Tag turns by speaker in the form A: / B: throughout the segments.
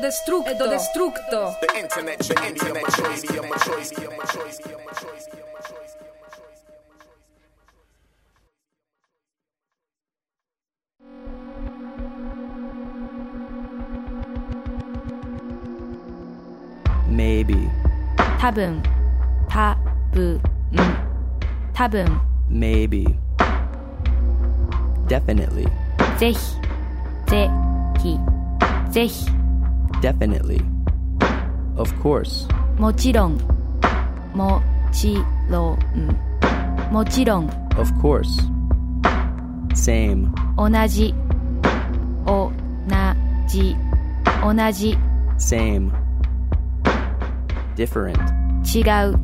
A: destructo, Edo destructo.
B: The internet, the internet, choice, be on my choice, be on my choice, be on my choice, be on my choice, be on my choice, be on my choice.
C: Maybe,
D: 多分たぶん多分
C: maybe. Definitely,
D: ぜひぜひぜひ
C: definitely. Of course,
D: もちろんもちろんもちろん
C: of course. Same,
D: 同じ同じ同じ
C: same. Different,
D: 違う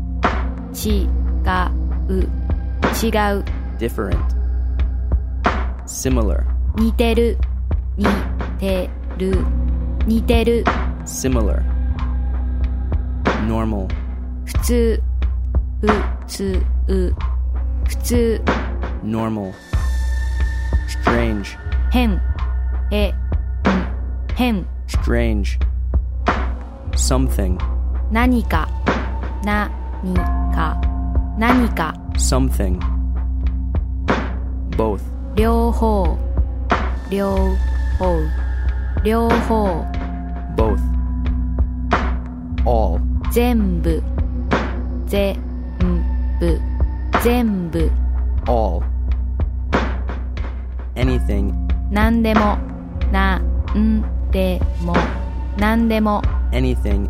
D: 違う違う
C: different. Similar,
D: 似てる似てる似てる
C: similar. Normal,
D: 普通普通普通
C: normal. Strange,
D: 変えん変
C: strange. Something,
D: 何か何か何か
C: something. Both,
D: 両方両方両方
C: both. All,
D: 全部全部全部
C: all. Anything,
D: 何でもなんでも何でも
C: anything,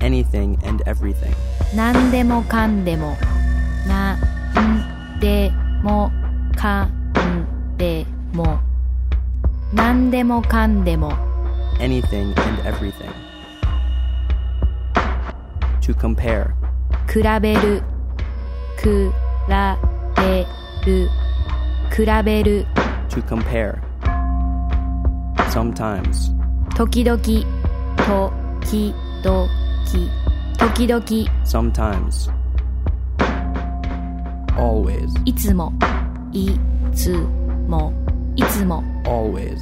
C: anything and everything.
D: 何でもかんでもなんでもかんでも何でもかんでも
C: Anything and everything. To compare,
D: 比べるくらべる比べる
C: to compare. Sometimes,
D: 時々時々時々
C: sometimes. Always,
D: いつもいつもいつも
C: always.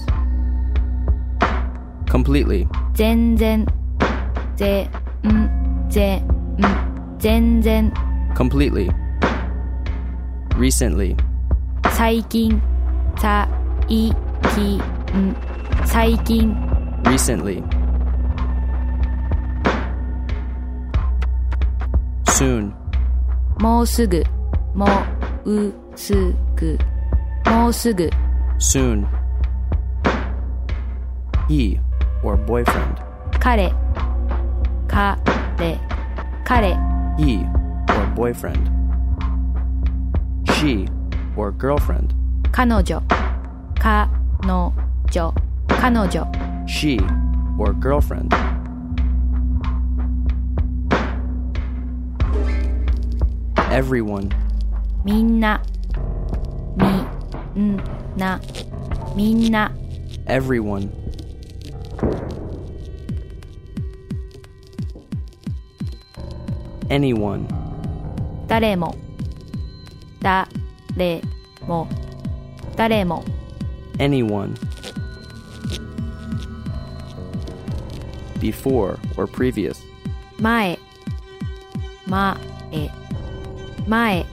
C: Completely,
D: 全然全然全然
C: completely. Recently,
D: 最近最近最近
C: recently. Soon,
D: もうすぐもうすぐもうすぐ
C: soon. He or boyfriend,
D: 彼彼彼
C: he or boyfriend. She or girlfriend,
D: 彼女彼女彼女
C: she or girlfriend. Everyone,
D: みんなみんなみんな
C: everyone. Anyone,
D: 誰も誰も誰も
C: anyone. Before or previous,
D: 前前前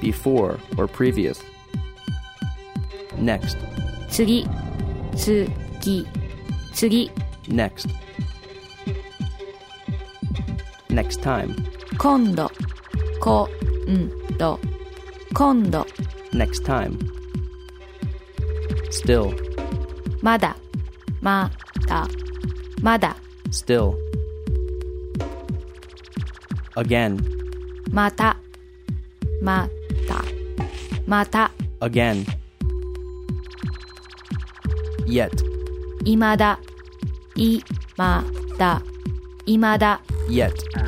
C: before or previous. Next,
D: 次次次
C: next. Next time,
D: 今度今度今度
C: next time. Still,
D: まだまだまだ
C: still. Again,
D: またまたまた
C: again. Yet,
D: いまだいまだいまだ
C: yet.